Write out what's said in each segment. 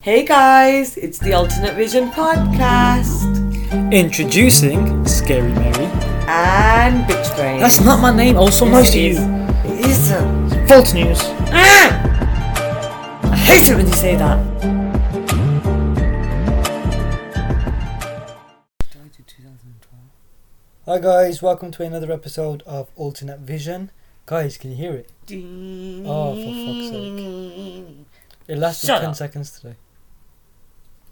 Hey guys, it's the Alternate Vision Podcast Introducing Scary Mary. and Bitch Brain. That's not my name, also nice to It is. you. It isn't. False news. Ah! I hate it when you say that. Hi guys, welcome to another episode of Alternate Vision. Guys, can you hear it? Oh, for fuck's sake. It lasted Shut 10 up. seconds today.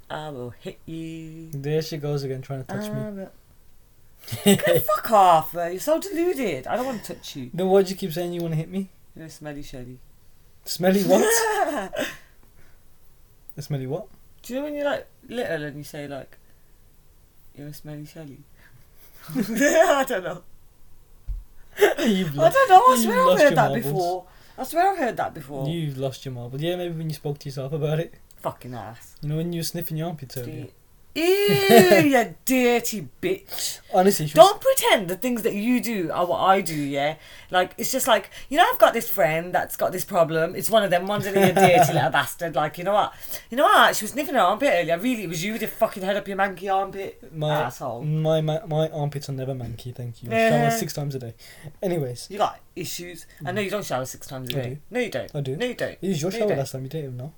I will hit you. There she goes again, trying to touch I will- Uh. Fuck off, man. You're so deluded. I don't want to touch you. me. Then why'd you keep saying you want to hit me? You're a smelly shelly. Smelly what? Smelly what? Do you know when you're like little and you say like, you're a smelly shelly? I don't know. You've I lost, don't know. I you swear I've lost your heard that marbles. before. I swear I've heard that before. You've lost your marble. Yeah, maybe when you spoke to yourself about it. Fucking ass. You know, when you were sniffing your armpits earlier. Di- Ew, you dirty bitch. Honestly, she was, Don't pretend the things that you do are what I do, yeah? Like, it's just like, you know, I've got this friend that's got this problem. It's one of them ones that you're a dirty little bastard. Like, you know what? You know what? She was sniffing her armpit earlier. Really, it was you with your fucking head up your manky armpit. my, Asshole. Eh. my my my armpits are never manky. Thank you. I Yeah. shower six times a day. Anyways, You got issues. I know you don't shower six times a I day. do. No, you don't. I do. No, you don't. it was your No, you shower don't. last time. You didn't even know.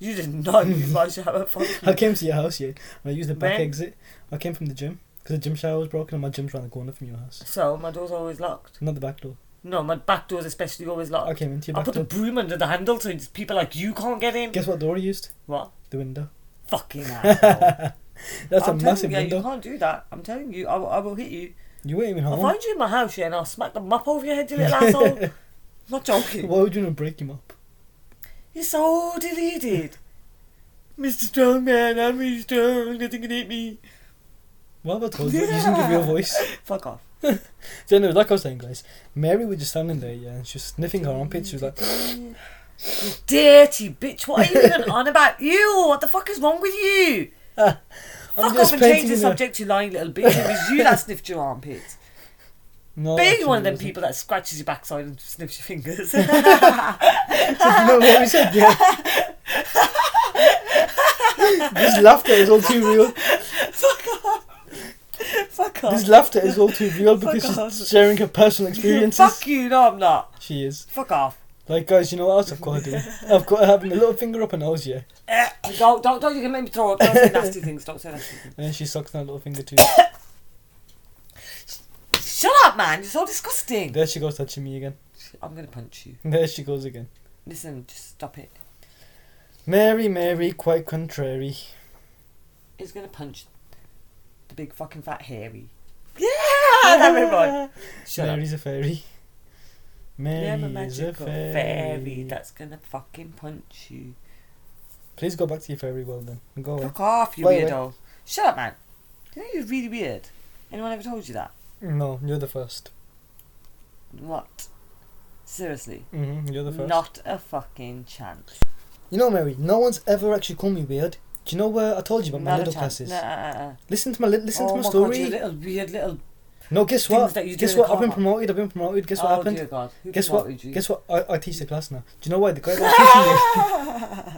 You did not use my shower. Fuck I you. came to your house, yeah, and I used the back When? exit. I came from the gym because the gym shower was broken, and my gym's around the corner from your house, So, my door's always locked. not the back door. No, my back door's especially always locked. I came into your I back put the door. broom under the handle so it's people like you can't get in. Guess what door I used? what? The window. Fucking asshole. That's I'm a telling massive you, yeah, You window. can't do that. I'm telling you, I, will- I will hit you. You, weren't even I'll home. find you in my house, yeah, and I'll smack the mop over your head, you little asshole. I'm not joking. Why would you want to break him up? You're so deluded. Mr. Strongman, I'm really strong, nothing can hit me. What have I told you? You didn't give your voice. Fuck off. So anyway, like I was saying, guys, Mary was just standing there, yeah, and she was sniffing her armpits. She was like, Dirty bitch, what are you even on about? You, what the fuck is wrong with you? "I'm Fuck off just and change painting the her." subject, you lying little bitch. It was you that sniffed your armpit. No, Being actually, one of it them wasn't. people that scratches your backside and sniffs your fingers. you know what we said? Yeah. this laughter is all too real. Fuck off. Fuck off. This laughter is all too real because Fuck off. she's sharing her personal experiences. Fuck you, no, I'm not. She is. Fuck off. Like, guys, you know what else I've got to do? I've got to have my little finger up her nose, yeah. Eh, Don't, don't, don't, you can make me throw up. Don't say nasty things. Don't say nasty things. And then she sucks that little finger too. Shut up, man. You're so disgusting. there she goes touching me again. I'm going to punch you. There she goes again. Listen, just stop it. Mary, Mary, quite contrary. He's going to punch the big fucking fat hairy. Yeah, that went right. Shut up. Mary's a fairy. Yeah, I'm a Mary's a magical fairy. fairy that's going to fucking punch you. Please go back to your fairy world then. Go away. Fuck off, you Wait, wait. weirdo. Shut up, man. You know you're really weird. Anyone ever told you that? No, you're the first. What? Seriously. Mm-hmm, you're the first. Not a fucking chance. You know, Mary, no one's ever actually called me weird. Do you know where I told you about my Not a little chance. classes? Nah, uh, uh, uh. Listen to my li- listen oh to my, God, story. you little weird little. no, guess things what? that you do Guess in the what? I've car been park. promoted. I've been promoted. Guess what oh happened? dear God. Who Guess promoted what? You? Guess what? I, I teach the class now. Do you know why the guy that was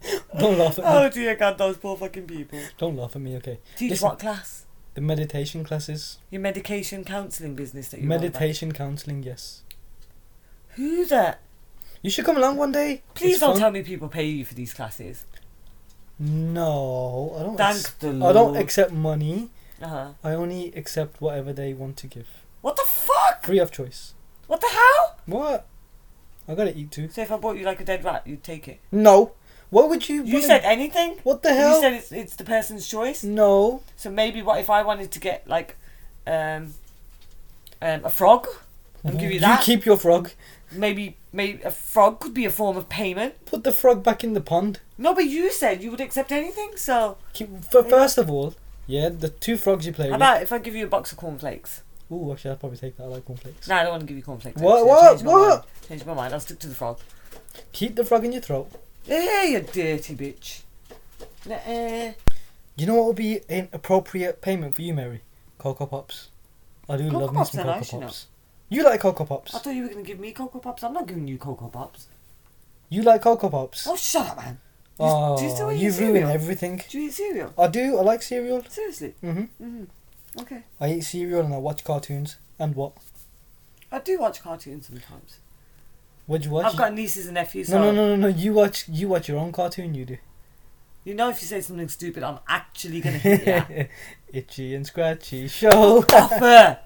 teaching me? Don't laugh at me. Oh dear God, those poor fucking people. Don't laugh at me. Okay. Teach Listen. what class? The meditation classes, Your medication counselling business that you run about. meditation counseling. Yes. Who the? You should come along one day. Please It's don't fun. tell me people pay you for these classes. No, I don't. Thank ex- the Oh, I don't Lord. accept money. Uh huh. I only accept whatever they want to give, What the fuck? free of choice. What the hell? What? I gotta eat too. So if I bought you like a dead rat, you'd take it. No. What would you? You wanna- said anything? What the hell? You said it's it's the person's choice. no. So maybe what if I wanted to get like, um, um, a frog? I'll give you that. keep your frog. maybe maybe a frog could be a form of payment. Put the frog back in the pond. No, but you said you would accept anything. So Keep, f- first of all, yeah, the two frogs you play how with. about if I give you a box of cornflakes? Ooh, actually, I'll probably take that. I like cornflakes. No, I don't want to give you cornflakes. What- actually. I changed what- my what? mind. Changed my mind. I'll stick to the frog. Keep the frog in your throat. Hey, you dirty bitch. Nah, eh. You know what would be an appropriate payment for you, Mary? Cocoa Pops. I do Cocoa love me Pops some are Cocoa nice, you know. Pops. You like Cocoa Pops. I thought you were gonna give me cocoa pops. I'm not giving you cocoa pops. You like Cocoa Pops. Oh, shut up, man. you- Oh, do you still eat you ruin cereal? everything. Do you eat cereal? I do. I like cereal. Seriously? hmm Mm. Okay. I eat cereal and I watch cartoons. And what? I do watch cartoons sometimes. What'd you watch? I've got nieces and nephews. no, so no, no, no, no. You watch. You watch your own cartoon. You do. You know, if you say something stupid, I'm actually gonna hit you. Itchy and scratchy show. Offer.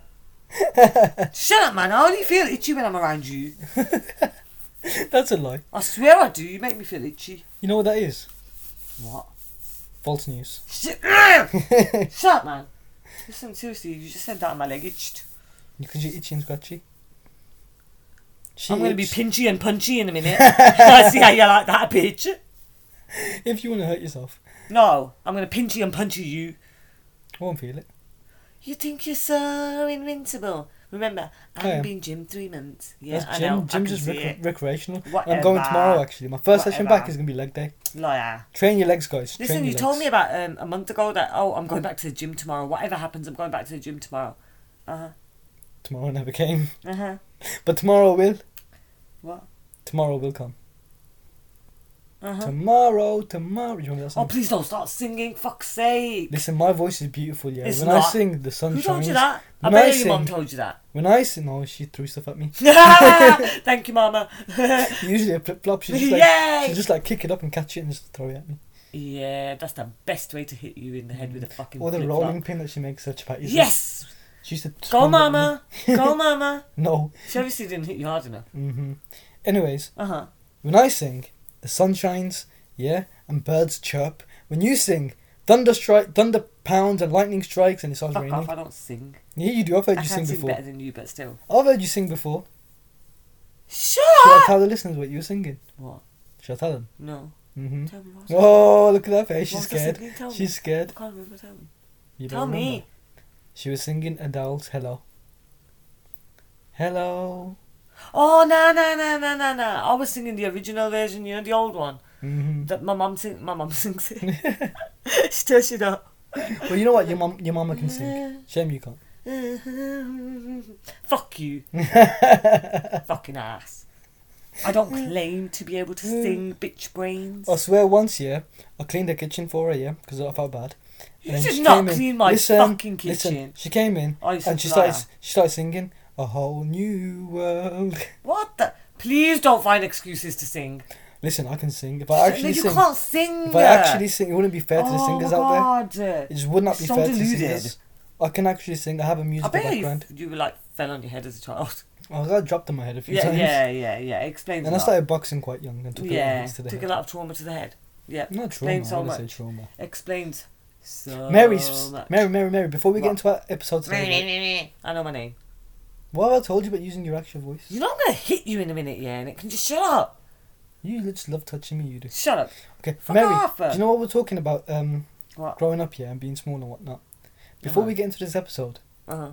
Shut up, man. I only feel itchy when I'm around you. That's a lie. I swear I do. You make me feel itchy. You know what that is? What? False news. Shut, Shut up, man. Listen, seriously, you just said that and my leg itched. Because you're itchy and scratchy. She I'm going to be itch- pinchy and punchy in a minute. I see how you like that, bitch. if you want to hurt yourself, No, I'm going to pinchy and punchy you. I won't feel it. You think you're so invincible. Remember, I've I am. been gym three months. Yeah, Oh, That's I gym. know. Gym's I can just see rec- recreational. Whatever. I'm going tomorrow actually. My first session back Whatever. is gonna be leg day. it. Liar. Train your legs, guys. Listen, Train you your told me legs. about um, a month ago that, oh, I'm going back to the gym tomorrow. Whatever happens, I'm going back to the gym tomorrow. Uh tomorrow never came, huh. Uh huh. but tomorrow will. What? Tomorrow will come. Uh huh. Tomorrow, tomorrow. You remember that Oh, song? please don't start singing. Fuck's sake. Listen, my voice is beautiful. Yeah. It's when I not. sing, the sun Who shines. told you that? I When bet I your mum sing- told you that. When I sing, oh, she threw stuff at me. Thank you, mama. Usually a flip flop. She just Yay! like she just like kick it up and catch it and just throw it at me. Yeah, that's the best way to hit you in the head with a fucking. Or the flip-flop. rolling pin that she makes such about. Yes, She used to. go swing it at me. mama, go mama. No. She obviously didn't hit you hard enough. hmm Anyways, Uh huh. when I sing, the sun shines, yeah, and birds chirp. When you sing, thunder strike, thunder pounds, and lightning strikes, and it starts Fuck off! raining. I don't sing. Yeah, you do. I've heard I you can sing sing before. better than you, but still. I've heard you sing before. Shut Should I up! tell the listeners what you were singing? What? Should I tell them? No. Mm-hmm. Tell me what. I was- Oh, look at that face. what was She's I scared. singing? Tell me. She's scared. I can't remember. Tell me. You don't Tell me. remember. She was singing Adele's Hello. Hello. Oh no no no no no no! I was singing the original version. You know the old one hmm that my mum sing. My mum sings it. she does it up. well, you know what? Your mum, your mama can sing. Shame you can't. Fuck you. Fucking ass. I don't claim to be able to sing, bitch brains. I swear once, yeah, I cleaned the kitchen for her, yeah, because I felt bad. You then did she not came in- clean my fucking Listen, kitchen. she came in Oh, you're such and she a started, liar. she started singing a whole new world. What the? Please don't find excuses to sing. Listen, I can sing. If I no, actually you sing, can't sing. if I actually sing, it wouldn't be fair to the oh singers my out there. God. there. It just would not be So fair to the deluded. singers. I can actually sing. I have a I musical bet you, background. you were like fell on your head as a child. I got dropped on my head a few Yeah, times. yeah, yeah, yeah. Explains. And I a lot. started boxing quite young and took a lot of Yeah, hits to the took head. a lot of trauma to the head. Yeah, Not trauma. explains I so would say much. trauma. Explains so Mary, s- much. Mary, Mary, Mary. Before we What? get into our episode today, right, I know my name. what have I told you about using your actual voice? You know I'm gonna hit you in a minute, yeah, and it can just shut up. You just love touching me, you do. Shut up. Okay, Fuck Mary, off. do you know what we're talking about? Um, What? growing up here and being small and whatnot. Before Uh-huh. we get into this episode, Uh-huh.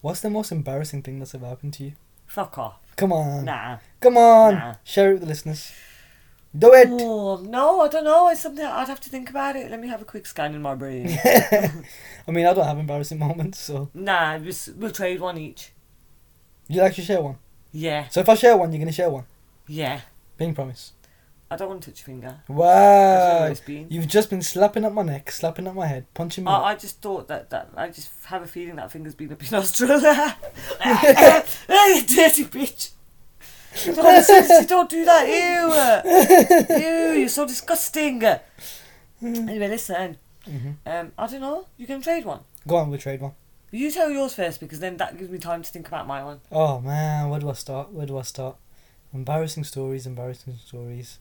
what's the most embarrassing thing that's ever happened to you? Fuck off. Come on, Nah. come on, Nah. share it with the listeners. Do it. Oh, no, I don't know. It's something I'd have to think about it. Let me have a quick scan in my brain. I mean, I don't have embarrassing moments, so nah, we'll, s- we'll trade one each. you actually share one. Yeah, So if I share one, you're gonna share one. yeah. Being promise. I don't want to touch your finger. That's where Wow. it's been. You've just been slapping at my neck, slapping at my head, punching me. I, I just thought that, that I just have a feeling that finger's been up your nostril. Ah, you dirty bitch. No, seriously, don't do that. Ew. Ew, you're so disgusting. Anyway, listen. hmm Um, I don't know. You can trade one. Go on, we'll trade one. You tell yours first because then that gives me time to think about my one. Oh man, where do I start? Where do I start? Embarrassing stories, embarrassing stories.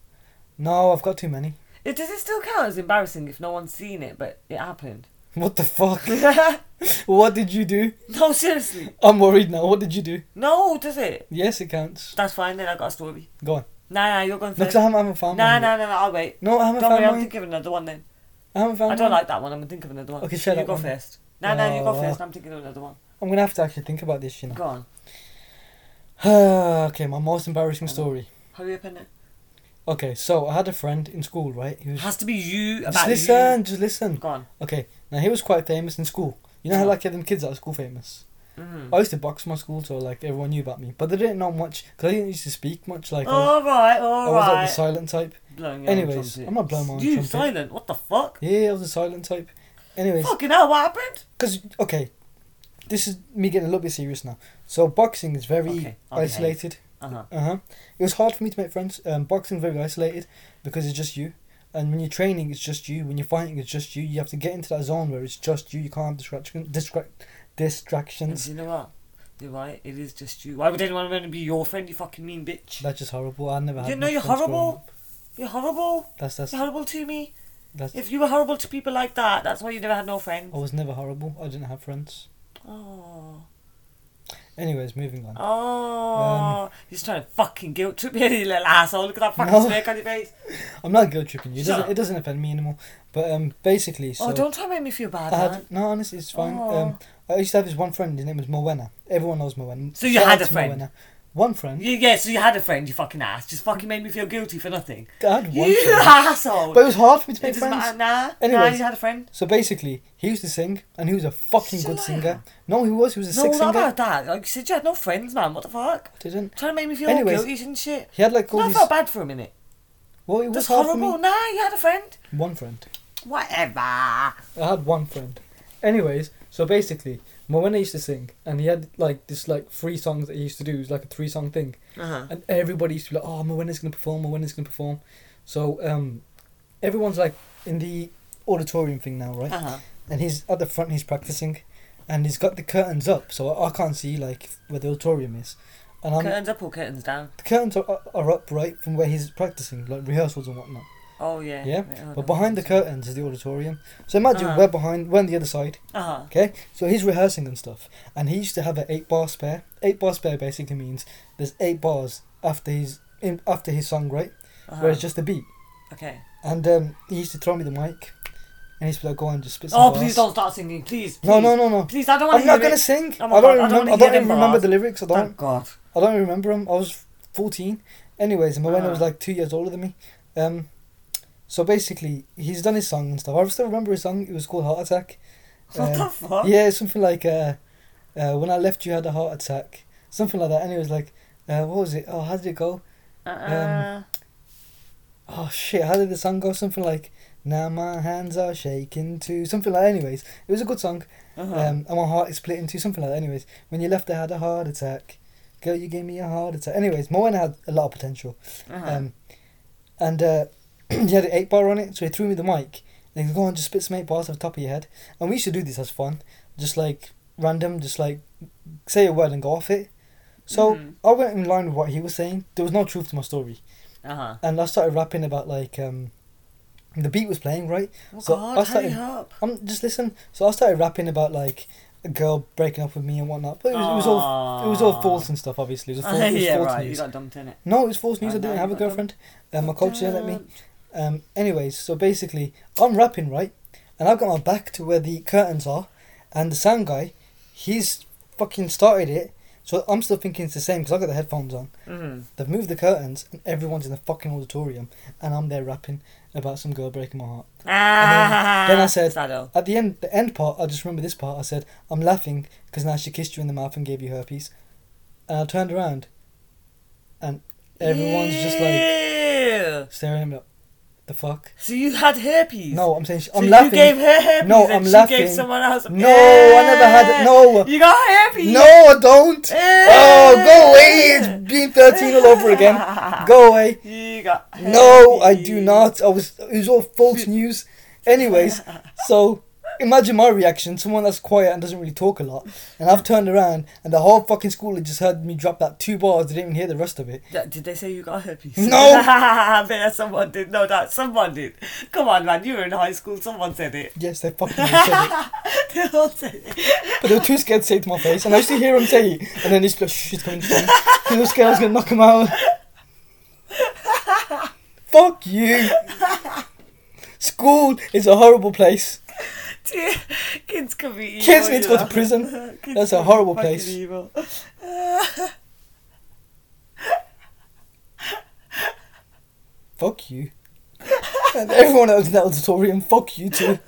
No, I've got too many. It does it still count as embarrassing if no one's seen it, but it happened. What the fuck? what did you do? no, seriously. I'm worried now. What did you do? No, does it? Yes, it counts. That's fine. Then I got a story. Go on. Nah, nah, you're going No, 'cause first. I haven't, I haven't found Nah, mine. yet. nah, nah, nah. I'll wait. No, I haven't Don't found worry. I'm mine. thinking of another one then. I haven't found I don't mine. like that one. I'm gonna think of another one. Okay, share you that go one. first. No, no, you go Oh. first. I'm thinking of another one. I'm gonna have to actually think about this, you know. Go on. okay, my most embarrassing Go on. story. Hurry up and it Okay, so I had a friend in school, right? He was has to be you about just listen, just listen. you. Go on. Okay, now he was quite famous in school. You know how like them kids that are school famous. Mm. I used to box in my school, so like everyone knew about me, but they didn't know much because I didn't used to speak much. Like I was, all right, Oh, I all was like the right. silent type. blowing your own Anyways, trumpet. I'm not blowing my own You trumpet. silent? What the fuck? Yeah, I was a silent type. Anyways, Fucking hell! What happened? because okay, this is me getting a little bit serious now. So boxing is very Okay, I'll behave. isolated. Uh huh. Uh huh. It was hard for me to make friends. Um, boxing very isolated because it's just you, and when you're training, it's just you. When you're fighting, it's just you. You have to get into that zone where it's just you. You can't have distraction, distract, distractions. You know what? You're right. It is just you. Why would anyone want to be your friend? You fucking mean bitch. That's just horrible. I never. You had didn't know much you're friends growing horrible? up. You're horrible. That's that's You're horrible to me. that's. If you were horrible to people like that, that's why you never had no friends. I was never horrible. I didn't have friends. Oh. Anyways, moving on. Oh. He's trying to fucking guilt trip you, you little asshole. Look at that fucking Um, No. smirk on your face. I'm not guilt tripping you. It Shut doesn't, up. it doesn't offend me anymore. But um, basically, so oh, don't Oh. try and make me feel bad, I man. had no. Honestly, it's fine. Um, I used to have this one friend. His name was Moena. Everyone knows Moena. So you Shout had out a to friend? Moena. One friend. Yeah, yeah, so you had a friend, you fucking ass. Just fucking made me feel guilty for nothing. I had one You friend. asshole! But it was hard for me to it make doesn't matter, friends. nah. Nah, Anyways. you had a friend. So basically, he used to sing, and he was a fucking He's a good liar. singer. No, he was. He was a No, sick not singer. about that. Like you said, you had no friends, man. What the fuck? Didn't. Trying to make me feel Anyways. guilty and shit. He had like all No, I these. felt bad for a minute. Well, it was That's hard horrible. for me. Nah, you had a friend. One friend. Whatever. I had one friend. Anyways, so basically, Moena used to sing, and he had like this like three songs that he used to do. It was like a three song thing. Uh-huh. And everybody used to be like, oh, Moena's going to perform, Moena's going to perform. So um, everyone's like in the auditorium thing now, right? Uh-huh. And he's at the front, he's practicing, and he's got the curtains up, so I, I can't see like where the auditorium is. And I'm, curtains up or curtains down? the curtains are, are up right from where he's practicing, like rehearsals and whatnot. Oh, yeah. Yeah, Wait, hold on. But behind the curtains is the auditorium. So imagine Uh-huh. we're behind, we're on the other side, Uh-huh. okay? So he's rehearsing and stuff, and he used to have an eight bar spare. Eight bar spare basically means there's eight bars after his, in, after his song, right? uh-huh. where it's just a beat. Okay. And um, he used to throw me the mic, and he's like, "Go on, just spit some Oh, bars." please don't start singing. Please. No, please. no, no, no. Please, I don't want I'm to hear not gonna it. sing. Oh I my God, I don't. remem- don't wanna I don't hear even them remember bars. the lyrics. I Thank don't. God. I don't even remember them. I was 14. Anyways, my when I was Ah. like two years older than me. Um, so basically, he's done his song and stuff. I still remember his song. It was called Heart Attack. What Um, the fuck? Yeah, something like uh, uh, when I left you had a heart attack, something like that. And it was like, uh, what was it? Oh, how did it go? Uh-uh. um, oh shit, how did the song go? Something like, now my hands are shaking too. Something like, anyways, it was a good song. uh-huh. Um, and my heart is split in two. Something like that. Anyways, when you left, I had a heart attack. Girl, you gave me a heart attack. Anyways, Moana had a lot of potential. uh-huh. Um, and uh, he had an eight bar on it, so he threw me the mic. And he goes, go on, just spit some eight bars off the top of your head. And we used to do this as fun, just like random, just like say a word and go off it. So Mhm. I went in line with what he was saying. There was no truth to my story uh-huh. and I started rapping about like um, the beat was playing right. Oh, so I God, hurry started- up. Um, just listen. So I started rapping about like a girl breaking up with me and whatnot. But it was, it was all it was all false and stuff. Obviously, it was false, it was yeah, false right. You news. got dumped in it. No, it was false news. I I didn't know, have a you got girlfriend. Um, my coach didn't let me. Um, anyways, so basically, I'm rapping right, and I've got my back to where the curtains are, and the sound guy, he's fucking started it. So I'm still thinking it's the same because I've got the headphones on. Mm-hmm. They've moved the curtains and everyone's in the fucking auditorium and I'm there rapping about some girl breaking my heart. Ah, then I said- Saddle. At the end, the end part, I just remember this part. I said, "I'm laughing because now she kissed you in the mouth and gave you herpes," and I turned around, and everyone's just like Ew. staring at me. Like, the fuck? So you had herpes? No, I'm saying sh- So I'm you laughing. gave her herpes No, and I'm she laughing. gave someone else. No, I never had it. No. You got herpes? no, I don't. Ew. Oh, go away! It's being thirteen all over again. Go away. You got herpes. No, I do not. I was it was all false news. Anyways, so imagine my reaction, someone that's quiet and doesn't really talk a lot, and I've turned around and the whole fucking school had just heard me drop that two bars, they didn't even hear the rest of it. Yeah, Did they say you got herpes? No. I bet someone did. No doubt, someone did. Come on, man. You were in high school. Someone said it. Yes, they fucking all said it. They all said it. But they were too scared to say it to my face, and I used to hear him say it, and then he's like, shh, it's coming, it's coming. He was scared I was gonna knock him out. Fuck you. School is a horrible place. Kids can be evil. Kids need you to go to know. prison. Kids That's a can be horrible fucking place. evil. fuck you. and everyone else in that auditorium, fuck you too.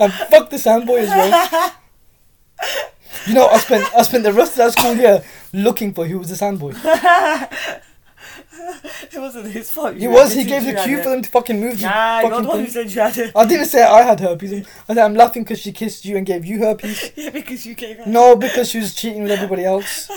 and fuck the soundboy as well. You know, I spent I spent the rest of that school year looking for who was the soundboy. it wasn't his fault. It was. He You gave the had cue it. for them to fucking move. the Nah, you're fucking the one who thing. said you had it. I didn't say I had herpes. I said I'm laughing because she kissed you and gave you herpes. Yeah, because you gave her. No, because she was cheating with everybody else.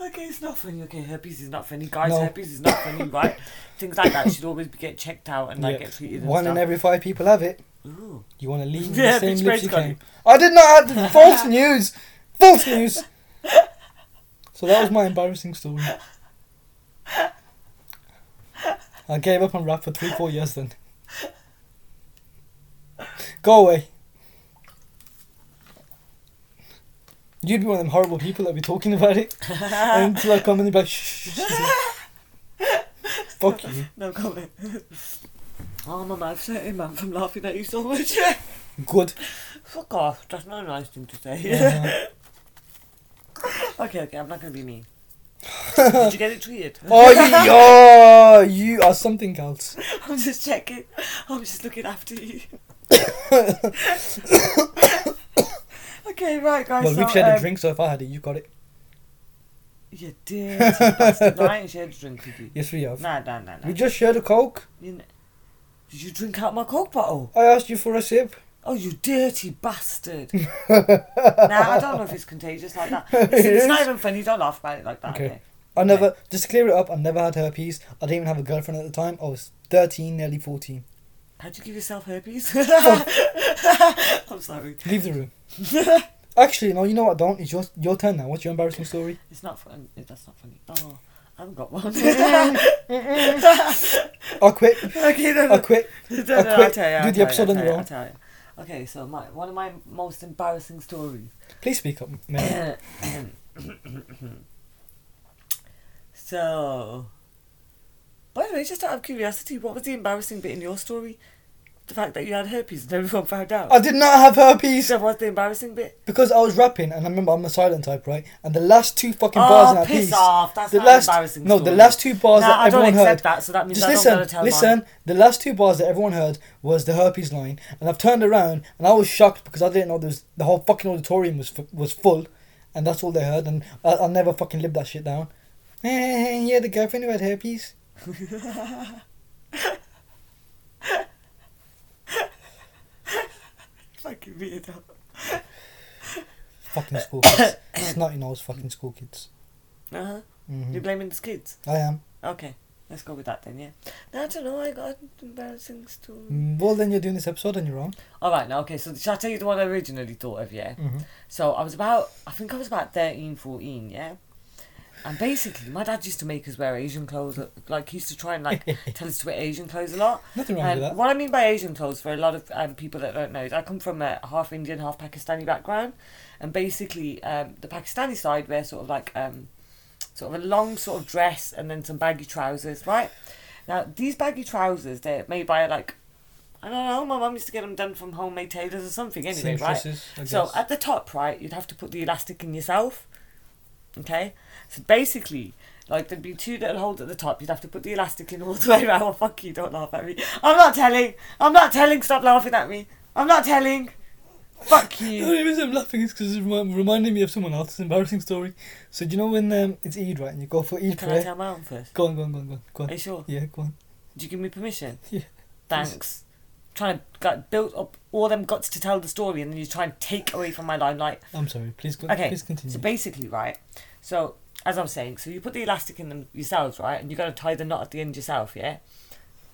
Okay, it's not funny. Okay, herpes is not funny. Guys, No. herpes is not funny, right? Things like that should always be get checked out and like Yeah. get treated. And One stuff. in every five people have it. Ooh. You want to leave Yeah, the same bitch, lips Grace you got came. I did not add false news. False news. So that was my embarrassing story. I gave up on rap for three, four years then. Go away. You'd be one of them horrible people that be talking about it. and until I come and be like, shh, shh, shh. she's like, Fuck you. No comment. oh, my mouth's hurting, man, from laughing at you so much. Good. Fuck off. That's not a nice thing to say. Yeah. okay, okay, I'm not gonna be mean. Did you get it tweeted? Oh, you, oh, you are something else. I'm just checking. I'm just looking after you. okay, right, guys. Well, so, we've shared um, a drink, so if I had it, you got it. You did. bastard. no, I ain't shared a drink with you. Yes, we have. Nah, nah, nah, nah. We just shared a coke. You kn- did you drink out my Coke bottle? I asked you for a sip. Oh, you dirty bastard. now, I don't know if it's contagious like that. Listen, It it's not is. even funny. Don't laugh about it like that. Okay. Okay. I never, just to clear it up, I never had herpes. I didn't even have a girlfriend at the time. I was 13, nearly 14. How'd you give yourself herpes? Oh. I'm sorry. Leave the room. Actually, no, you know what, don't. It's your, your turn now. What's your embarrassing story? It's not fun. That's not funny. Oh, I haven't got one. I quit. okay, no, I no. quit. No, I no, I'll tell you, quit. Do I'll the tell you, episode on I'll tell your you, own. I'll tell you. Okay, so my one of my most embarrassing stories. Please speak up, man. so, by the way, just out of curiosity, what was the embarrassing bit in your story? The fact that you had herpes and everyone found out. I did not have herpes so what's the embarrassing bit? because I was rapping, and I remember I'm a silent type, right? And the last two fucking bars in oh, that piss piece. off! That's the not last an embarrassing. no, story. the last two bars Nah, that I don't everyone accept heard. that. So that means Just I don't listen, gotta tell listen. mine. The last two bars that everyone heard was the herpes line, and I've turned around and I was shocked because I didn't know there was the whole fucking auditorium was fu- was full, and that's all they heard, and I, I'll never fucking live that shit down. Eh, yeah, the girlfriend who had herpes. Fucking weirdo. Fucking school kids. Snotty nose fucking school kids. Uh huh. hmm You're blaming the kids. I am. Okay, let's go with that then. Yeah. No, I don't know. I got an embarrassing story. Mm, Well, then you're doing this episode on your own. All right, now okay. So shall I tell you the one I originally thought of? Yeah. Mm-hmm. So I was about, I think I was about 13, 14, yeah? And basically, my dad used to make us wear Asian clothes. Like, he used to try and, like, tell us to wear Asian clothes a lot. Nothing wrong And with that. what I mean by Asian clothes, for a lot of um, people that don't know, is I come from a half Indian, half Pakistani background. And basically, um, the Pakistani side wear sort of like, um, sort of a long sort of dress and then some baggy trousers, right? Now, these baggy trousers, they're made by, like, I don't know, my mum used to get them done from homemade tailors or something anyway, right? Seamstresses, I So guess. at the top, right, you'd have to put the elastic in yourself. Okay? So basically, like there'd be two little holes at the top, you'd have to put the elastic in all the way around. Oh, fuck you, don't laugh at me. I'm not telling. I'm not telling, stop laughing at me. I'm not telling. Fuck The you. only reason I'm laughing is because it remi- reminded me of someone else's embarrassing story. So do you know when um, it's Eid, right? And you go for Eid Can I prayer. tell my own first? Go on, go on, go on, go on, go Are on. you sure? Yeah, go on. Do you give me permission? Yeah. Thanks. Trying to got, build up all them guts to tell the story and then you try and take away from my limelight. I'm sorry. Please go. Okay, Please continue. So basically, right. So as I'm saying, so you put the elastic in them yourselves, right, and you got to tie the knot at the end yourself, yeah.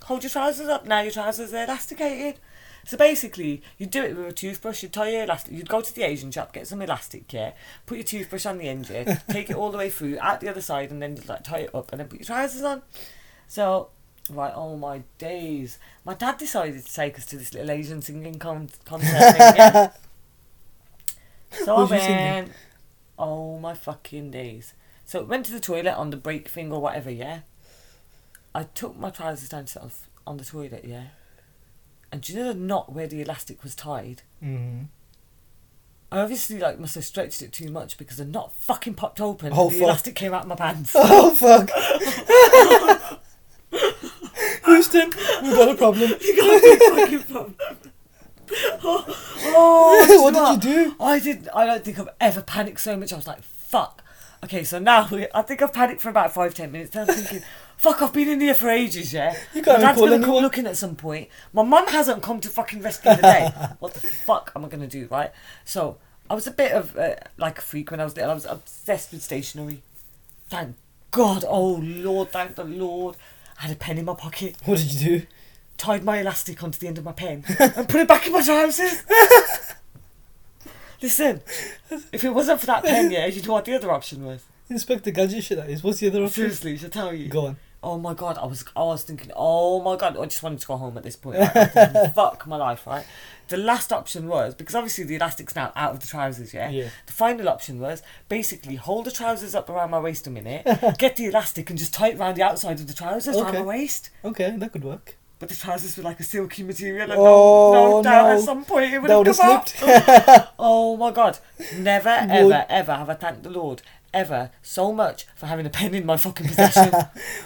Hold your trousers up. Now your trousers are elasticated. So basically, you do it with a toothbrush. You tie your elastic. You'd go to the Asian shop, get some elastic, yeah. Put your toothbrush on the end, yeah. take it all the way through, out the other side, and then you like tie it up, and then put your trousers on. So, right, oh my days. My dad decided to take us to this little Asian singing con- concert thing, yeah. So I What was you singing? went, oh my fucking days. So went to the toilet on the break thing or whatever, yeah. I took my trousers down to sit on, on the toilet, yeah. And do you know the knot where the elastic was tied? hmm I obviously like must have stretched it too much because the knot fucking popped open Oh, and the fuck. elastic came out of my pants. Oh fuck! Houston, we've got a problem. fucking problem. Oh, oh, do What did know you do? I did. I don't think I've ever panicked so much. I was like, "Fuck." Okay, so now we, I think I've panicked for about five ten minutes. Then I'm thinking, Fuck, I've been in here for ages, yeah? You can't My dad's call gonna anyone. come looking at some point. My mum hasn't come to fucking rescue the day. what the fuck am I going to do, right? So, I was a bit of, uh, like, a freak when I was little. I was obsessed with stationery. Thank God. Oh, Lord, thank the Lord. I had a pen in my pocket, What did you do? tied my elastic onto the end of my pen, and put it back in my trousers. Listen, if it wasn't for that pen, yeah, you know what the other option was? Inspector Gadget shit that is. What's the other option? Seriously, should I tell you? Go on. Oh my god, I was I was thinking, oh my god, I just wanted to go home at this point. Right? I was thinking, Fuck my life, right? The last option was because obviously the elastic's now out of the trousers, yeah. Yeah. The final option was basically hold the trousers up around my waist a minute, get the elastic and just tie it around the outside of the trousers around Okay. my waist. Okay, that could work. But the trousers were like a silky material, and no, Oh, no doubt at no. some point it would have That would have come out. slipped. Oh my god. Never, Would- ever, ever have I thanked the Lord ever so much for having a pen in my fucking possession.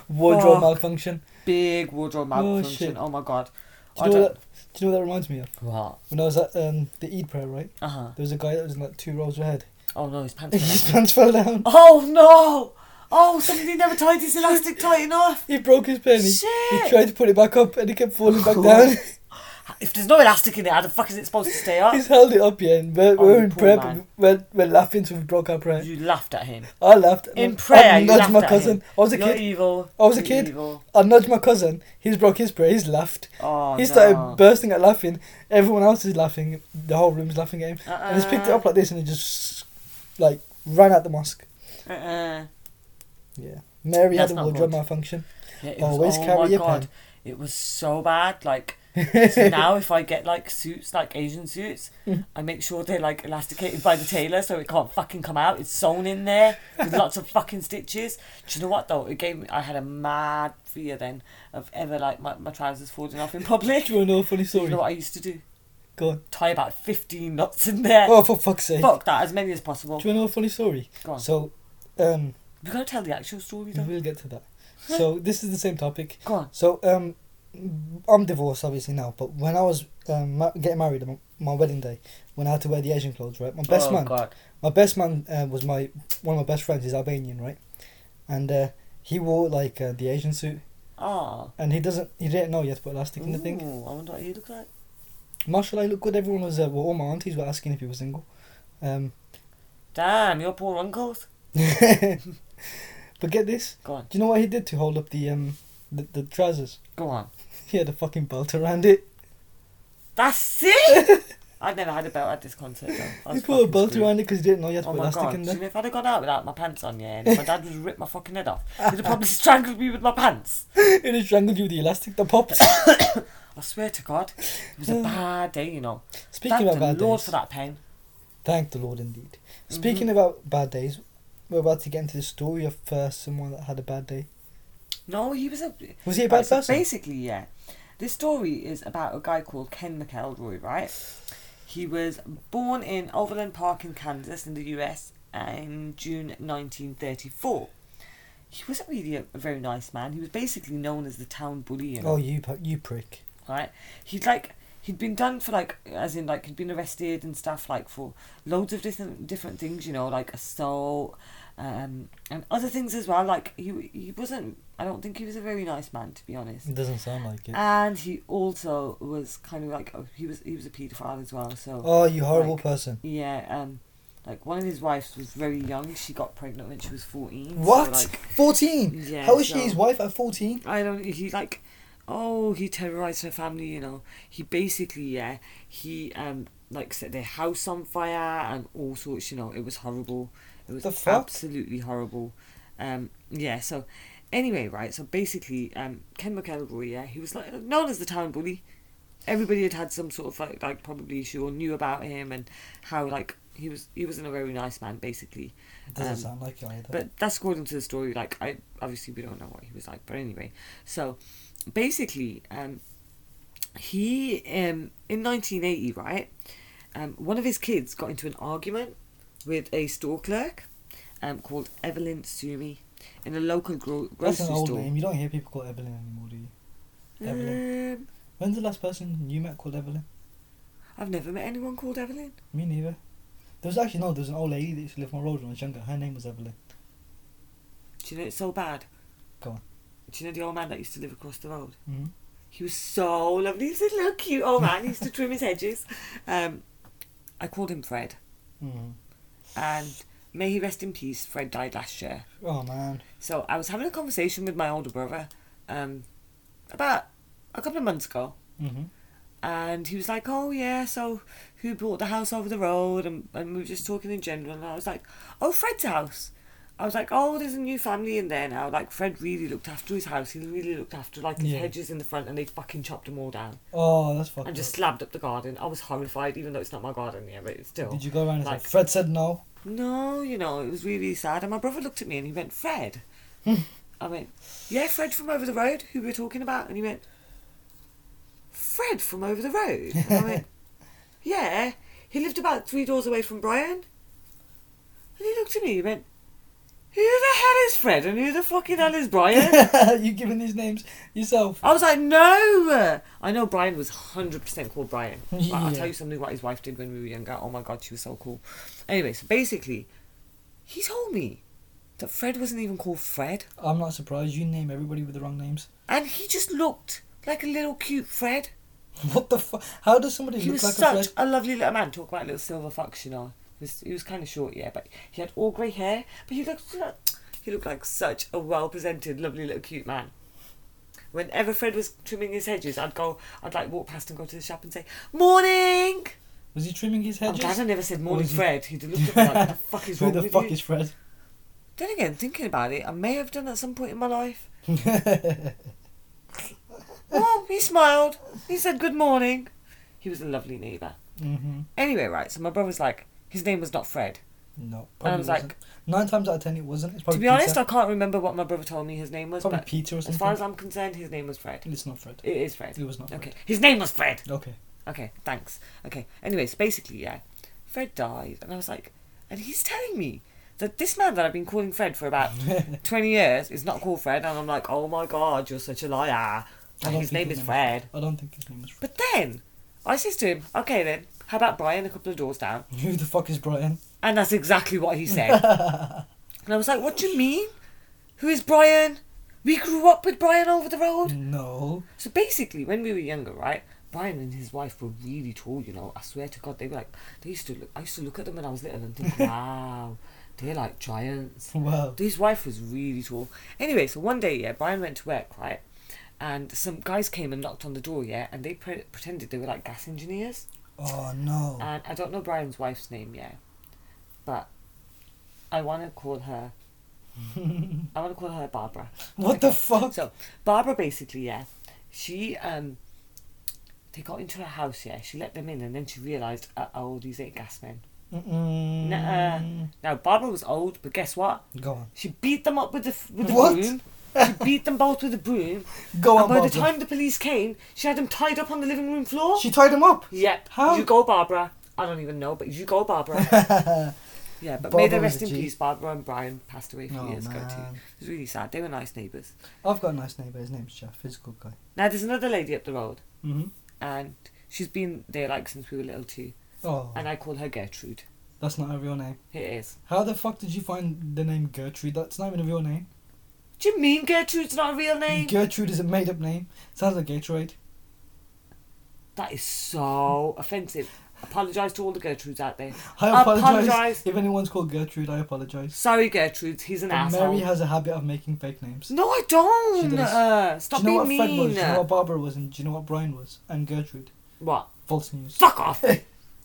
Wardrobe Oh. malfunction. Big wardrobe Oh, malfunction. shit. Oh, my god. Do you, know what that, do you know what that reminds me of? What? When I was at um, the Eid prayer, right? Uh huh. There was a guy that was in like two rows ahead. Oh no, his pants. fell His pants fell down. off. oh no! Oh, somebody never tied his elastic tight enough. He broke his pen. He, he Shit. tried to put it back up and it kept falling back down. If there's no elastic in it, how the fuck is it supposed to stay up? He's held it up, yeah, and we're, Oh, we're you in poor prayer, man. but we're, we're laughing, so we broke our prayer. You laughed at him. I laughed. and In I- prayer, I you nudged laughed my at cousin. him. I was a You're kid. evil. I was a You're kid. Evil. I nudged my cousin. He's broke his prayer. He's laughed. Oh, he started no. bursting out laughing. Everyone else is laughing. The whole room's laughing at him. And he's picked it up Uh-uh. like this and he just, like, ran out the mosque. Uh-uh. Yeah. Mary That's had a not wardrobe good. malfunction. Yeah, it was, Always oh carry my your god. pen. It was so bad. Like so now, if I get like suits, like Asian suits, I make sure they're like elasticated by the tailor, so it can't fucking come out. It's sewn in there with lots of fucking stitches. Do you know what though? It gave me. I had a mad fear then of ever like my, my trousers falling off in public. Do you want to know a funny So you story? know what I used to do? Go on. Tie about fifteen knots in there. Oh, for fuck's sake. Uh, Fuck that, as many as possible. Do you want to know a funny story? Go on. So, Mm-hmm. um, You gotta tell the actual story though. we'll get to that. So, this is the same topic. Go on. So, um, I'm divorced obviously now, but when I was um, ma- getting married on my wedding day, when I had to wear the Asian clothes, right? My best oh, man, God. my best man uh, was my one of my best friends. He's Albanian, right? And uh, he wore like uh, the Asian suit, Oh. and he doesn't, he didn't know yet, but elastic in the thing. Ooh, I wonder what he looks like. Marshall, I look good. Everyone was, uh, well, all my aunties were asking if he was single. Um, Damn, your poor uncles. but get this. Go on. Do you know what he did to hold up the um the, the trousers? Go on. He had a fucking belt around it. That's it. I'd never had a belt at this concert. Though. I He was put a fucking belt screwed. around it because he didn't know he had to Oh put my elastic god! in Do you there. know if I'd have gone out without my pants on, yeah, and my dad would ripped my fucking head off, he'd have probably strangled me with my pants. It just strangled you with the elastic that pops. I swear to God, it was a bad day, you know. Speaking Thank about the bad Lord days, for that Mm-hmm. pain. thank the Lord indeed. Speaking about bad days, we're about to get into the story of uh, someone that had a bad day. No, he was a. Was he a bad Right, so person? basically, yeah. This story is about a guy called Ken McElroy, right? He was born in Overland Park in Kansas in the US in June 1934. He wasn't really a, a very nice man. He was basically known as the town bully, you know, Oh, you pu- you prick! right? He'd like he'd been done for like as in like he'd been arrested and stuff like for loads of different different things, you know, like assault um, and other things as well. Like he he wasn't. I don't think he was a very nice man, to be honest It doesn't sound like it. and he also was kind of like oh, he was he was a paedophile as well so oh, you horrible like- person! yeah um like one of his wives was very young she got pregnant when she was 14 so, What? like, Fourteen? Yeah, How is she so- his wife at fourteen? i don't he like oh he terrorized her family you know he basically yeah he um like set their house on fire and all sorts you know it was horrible it was The fuck? absolutely horrible um yeah so anyway right so basically um ken mcelroy yeah he was like known as the town bully everybody had had some sort of like, like probably issue or knew about him and how like he was he wasn't a very nice man basically It doesn't Um, sound like it either. but that's according to the story like i obviously we don't know what he was like but anyway so basically um he um in 1980 right um one of his kids got into an argument with a store clerk um called evelyn sumi in a local gro- That's grocery an old store name. You don't hear people call Evelyn anymore, do you? Evelyn. Um, When's the last person you met called Evelyn? i've never met anyone called evelyn Me neither. There was actually no. There was an old lady that used to live on my road when I was younger. Her name was Evelyn. Do you know it's so bad? Go on. Do you know the old man that used to live across the road? Mm-hmm. He was so lovely. He said, "Look, cute old man." He used to trim his hedges. Um, I called him Fred, Mm-hmm. and may he rest in peace. Fred died last year. Oh man. So I was having a conversation with my older brother um, about a couple of months ago, Mm-hmm. and he was like, "Oh yeah, so who bought the house over the road?" And, and we were just talking in general, and I was like, "Oh, Fred's house." I was like, "Oh, there's a new family in there now." Like Fred really looked after his house. He really looked after like his Yeah. hedges in the front, and they fucking chopped them all down Oh, that's fucking. and just slabbed up the garden. I was horrified, even though it's not my garden yet, but still. Did you go around and Like- say Fred said no? No, you know, it was really sad. And my brother looked at me and he went, Fred? I went, yeah, Fred from over the road, who we were talking about. And he went, Fred from over the road? And I went, yeah. He lived about three doors away from Brian. And he looked at me, he went, who the hell is Fred and who the fucking hell is Brian? you giving these names yourself? I was like, no. I know Brian was 100% called Brian. Like, I'll Yeah. tell you something what his wife did when we were younger. Oh my God, she was so cool. Anyway, so basically, he told me that Fred wasn't even called Fred. I'm not surprised. You name everybody with the wrong names. And he just looked like a little cute Fred. What the fuck? How does somebody He look was like a such a Fred? lovely little man. Talk about little silver fox, you know. He was, he was kind of short, yeah, but he had all grey hair. But he looked like, he looked like such a well presented, lovely little cute man. Whenever Fred was trimming his hedges, I'd go, I'd like walk past and go to the shop and say, "Morning." Was he trimming his I'm hedges? glad I never said Or morning, is he- Fred. He'd have looked at me like, "What the fuck is Who wrong the with fuck you?" is Fred? Then again, thinking about it, I may have done at some point in my life. Oh, he smiled. He said good morning. He was a lovely neighbour. mm-hmm. Anyway, right. So my brother's like, his name was not Fred. And No, I probably was wasn't. like, Nine times out of ten, it wasn't. It's to probably be Peter. honest, I can't remember what my brother told me his name was. probably But Peter or something. as far as I'm concerned, his name was Fred. it's not Fred. It is Fred. It was not. Fred. Okay, his name was Fred. Okay. Okay, thanks. Okay, anyways, basically, yeah, Fred died, and I was like, and he's telling me that this man that I've been calling Fred for about Mm. 20 years is not called Fred, and I'm like, oh my god, you're such a liar. And don't his think name is his name is- Fred. I don't think his name was Fred. But then I says to him, okay then, how about Brian a couple of doors down? Who the fuck is Brian? And that's exactly what he said. and I was like, what do you mean? Who is Brian? We grew up with Brian over the road. No. So basically, when we were younger, right, Brian and his wife were really tall. You know, I swear to God, they were like they used to look. I used to look at them when I was little and think, wow, they're like giants. Wow. His wife was really tall. Anyway, so one day, yeah, Brian went to work, right, and some guys came and knocked on the door, yeah, and they pre- pretended they were like gas engineers. Oh no. And I don't know Brian's wife's name, yeah, but I want to call her. I want to call her Barbara. what the fuck? So Barbara basically, yeah, she um, they got into her house, yeah. She let them in, and then she realised, uh oh, these ain't gas men. Mm-mm. Nuh-uh. Now Barbara was old, but guess what? Go on. She beat them up with the f- with the What? broom. She beat them both with a broom. Go on. and by the Barbara. time the police came, she had them tied up on the living room floor. she tied him up. Yep. How? You go, Barbara. I don't even know, but you go, Barbara. Oh, Yeah, but may Barbara they was rest a in G. peace. Barbara and Brian passed away a few Oh, years ago too. man. It was really sad. They were nice neighbours. I've got a nice neighbour. His name's Jeff. He's a good guy. Now there's another lady up the road. Mm-hmm. and she's been there like since we were little too. Oh, And I call her Gertrude. that's not her real name. It is. How the fuck did you find the name Gertrude? That's not even a real name. Do you mean Gertrude's not a real name? Gertrude is a made-up name. Sounds like Gatorade. that is so offensive. Apologise to all the Gertrudes out there. I apologize. Apologise. If anyone's called Gertrude, I apologize. Sorry, Gertrude. He's an asshole. Mary has a habit of making fake names. no, I don't. She does. Uh, stop do you know what being Fred mean. was? Do you know what Barbara was? And do you know what Brian was? And Gertrude. what? False news. Fuck off.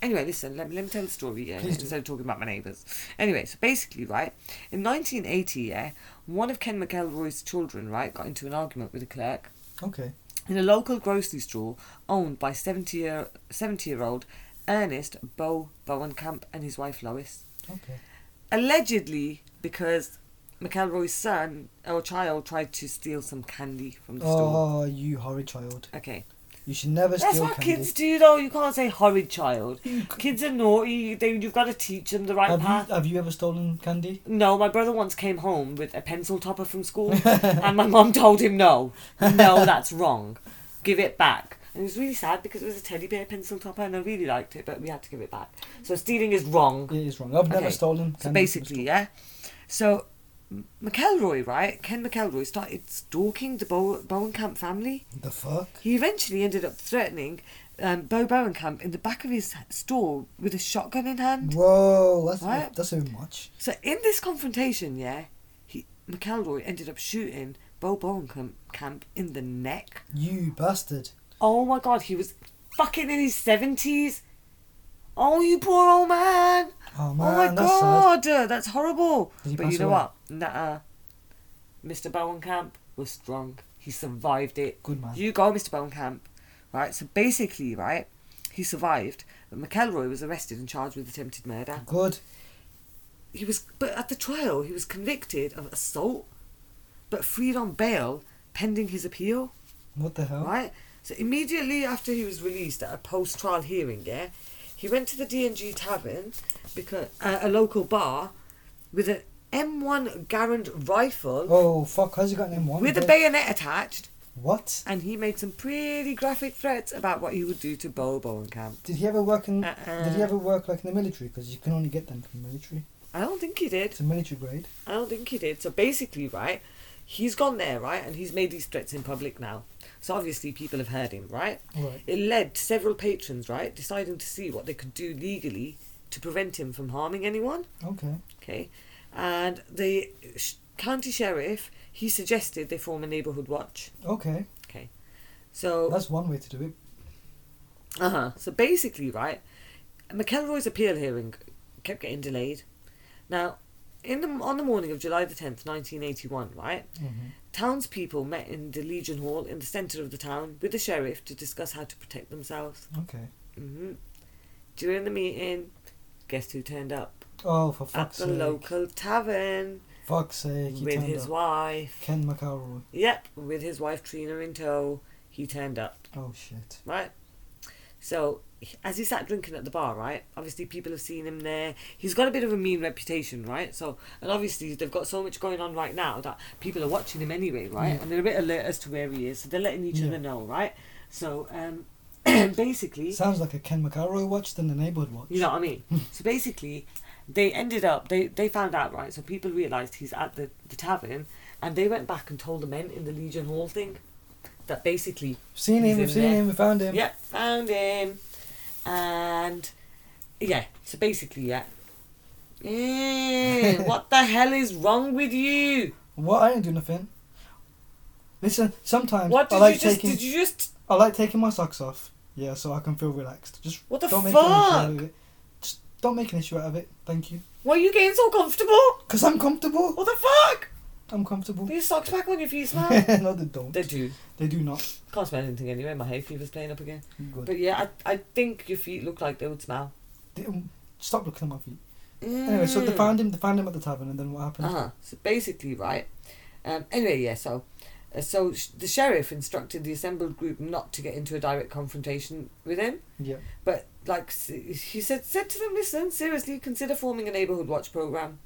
anyway, listen. Let me, let me tell the story. Yeah, Please do. instead of talking about my neighbours. Anyway, so basically, right in 1980, yeah, one of Ken McElroy's children, right, got into an argument with a clerk. Okay. in a local grocery store owned by 70 year, 70 year old Ernest Bo Bowenkamp and his wife Lois. Okay. Allegedly, because McElroy's son or child tried to steal some candy from the store. Oh, you horrid child. Okay. You should never That's steal what candy. kids do, though. You can't say horrid child. You c- Kids are naughty. They, you've got to teach them the right have, path. you, have you ever stolen candy? No, my brother once came home with a pencil topper from school, and my mom told him, "No, no, that's wrong. Give it back." And it was really sad because it was a teddy bear pencil topper, and I really liked it, but we had to give it back. So stealing is wrong. It is wrong. I've never Okay. stolen candy. So from a basically, yeah. So M- McElroy, right? Ken McElroy started stalking the Bo- Bowenkamp family. The fuck? He eventually ended up threatening um, Bo Bowenkamp in the back of his store with a shotgun in hand. Whoa, that's Right? that's even much. So in this confrontation, yeah, he McElroy ended up shooting Bo Bowenkamp Camp in the neck. You bastard. Oh my god, he was fucking in his seventies. Oh, you poor old man. Oh oh man, my that's sad. god, uh, that's horrible. Did he But you pass know away? what? Nah, Mr. Bowenkamp was strong. He survived it. Good man. You go, Mr. Bowenkamp. Right. So basically, right, he survived. But McElroy was arrested and charged with attempted murder Good. he was but at the trial he was convicted of assault but freed on bail pending his appeal What the hell? right so immediately after he was released at a post-trial hearing yeah he went to the d&g tavern because uh, a local bar with an m1 garand rifle Oh fuck, how's he got an M1? with a bro? bayonet attached What? and he made some pretty graphic threats about what he would do to Bobo and camp Did he ever work in? Uh-uh. Did he ever work like in the military? Because you can only get them from the military. i don't think he did It's a military grade. I don't think he did. So basically, right, he's gone there, right, and he's made these threats in public now. So obviously, people have heard him, right? Right. It led to several patrons, right, deciding to see what they could do legally to prevent him from harming anyone. Okay. Okay, and the sh- county sheriff he suggested they form a neighborhood watch. Okay. Okay, so That's one way to do it. Uh huh. So basically, right, McElroy's appeal hearing kept getting delayed. Now, in the on the morning of July the tenth, nineteen eighty one, right, Mhm. townspeople met in the Legion Hall in the centre of the town with the sheriff to discuss how to protect themselves. Okay. hmm During the meeting, guess who turned up Oh, for at fuck's the sake! local tavern Fuck's sake! He with turned his up. wife? Ken McElroy. Yep, with his wife Trina in tow, he turned up. Oh shit. right? So as he sat drinking at the bar, right? Obviously, people have seen him there. He's got a bit of a mean reputation, right? So, and obviously, they've got so much going on right now that people are watching him anyway, right? Yeah. And they're a bit alert as to where he is, so they're letting each Yeah. other know, right? So, um, basically, Sounds like a Ken McElroy watch than the neighborhood watch. you know what I mean? so basically, they ended up they they found out right. So people realised he's at the the tavern, and they went back and told the men in the Legion Hall thing that basically Seen He's him. in We've seen there. him. We found him. Yep, found him. And yeah, so basically, yeah. Eh, what the hell is wrong with you? What? I didn't do nothing. Listen. Sometimes What I did like you just? taking. Did you just? I like taking my socks off. Yeah, so I can feel relaxed. Just What the don't make an issue out fuck? of it. Just don't make an issue out of it. Thank you. Why are you getting so comfortable? Cause I'm comfortable. What the fuck? I'm comfortable. Put your socks back on your feet, man. no, they don't. they do. They do not. Can't smell anything anyway. My hay fever's playing up again. Good. But yeah, I, I think your feet look like they would smell. They- um, stop looking at my feet. Anyway, so they found him. They found him at the tavern, and then what happened? Mm. Uh huh. So basically, right. Um, anyway, yeah. So, uh, so sh- the sheriff instructed the assembled group not to get into a direct confrontation with him. Yeah. But like s- he said, said to them, listen, seriously, consider forming a neighborhood watch program.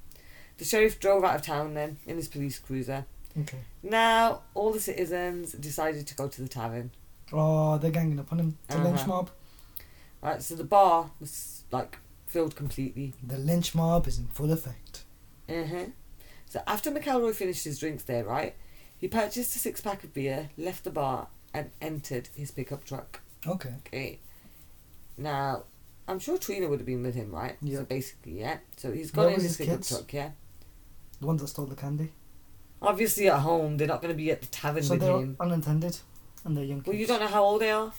The sheriff drove out of town then in his police cruiser. Okay. Now all the citizens decided to go to the tavern. Oh, they're ganging up on him. The lynch Uh-huh. mob. Right, so the bar was like filled completely. The lynch mob is in full effect. Uh huh. So after McElroy finished his drinks there, right, he purchased a six pack of beer, left the bar, and entered his pickup truck. Okay. Okay. Now, I'm sure Trina would have been with him, right? Yeah. So basically, yeah. So he's Where gone in was his his pickup kids? truck, yeah. The ones that stole the candy. Obviously, at home, they're not going to be at the tavern So with they're him. unintended, and they're young kids. Well, you don't know how old they are.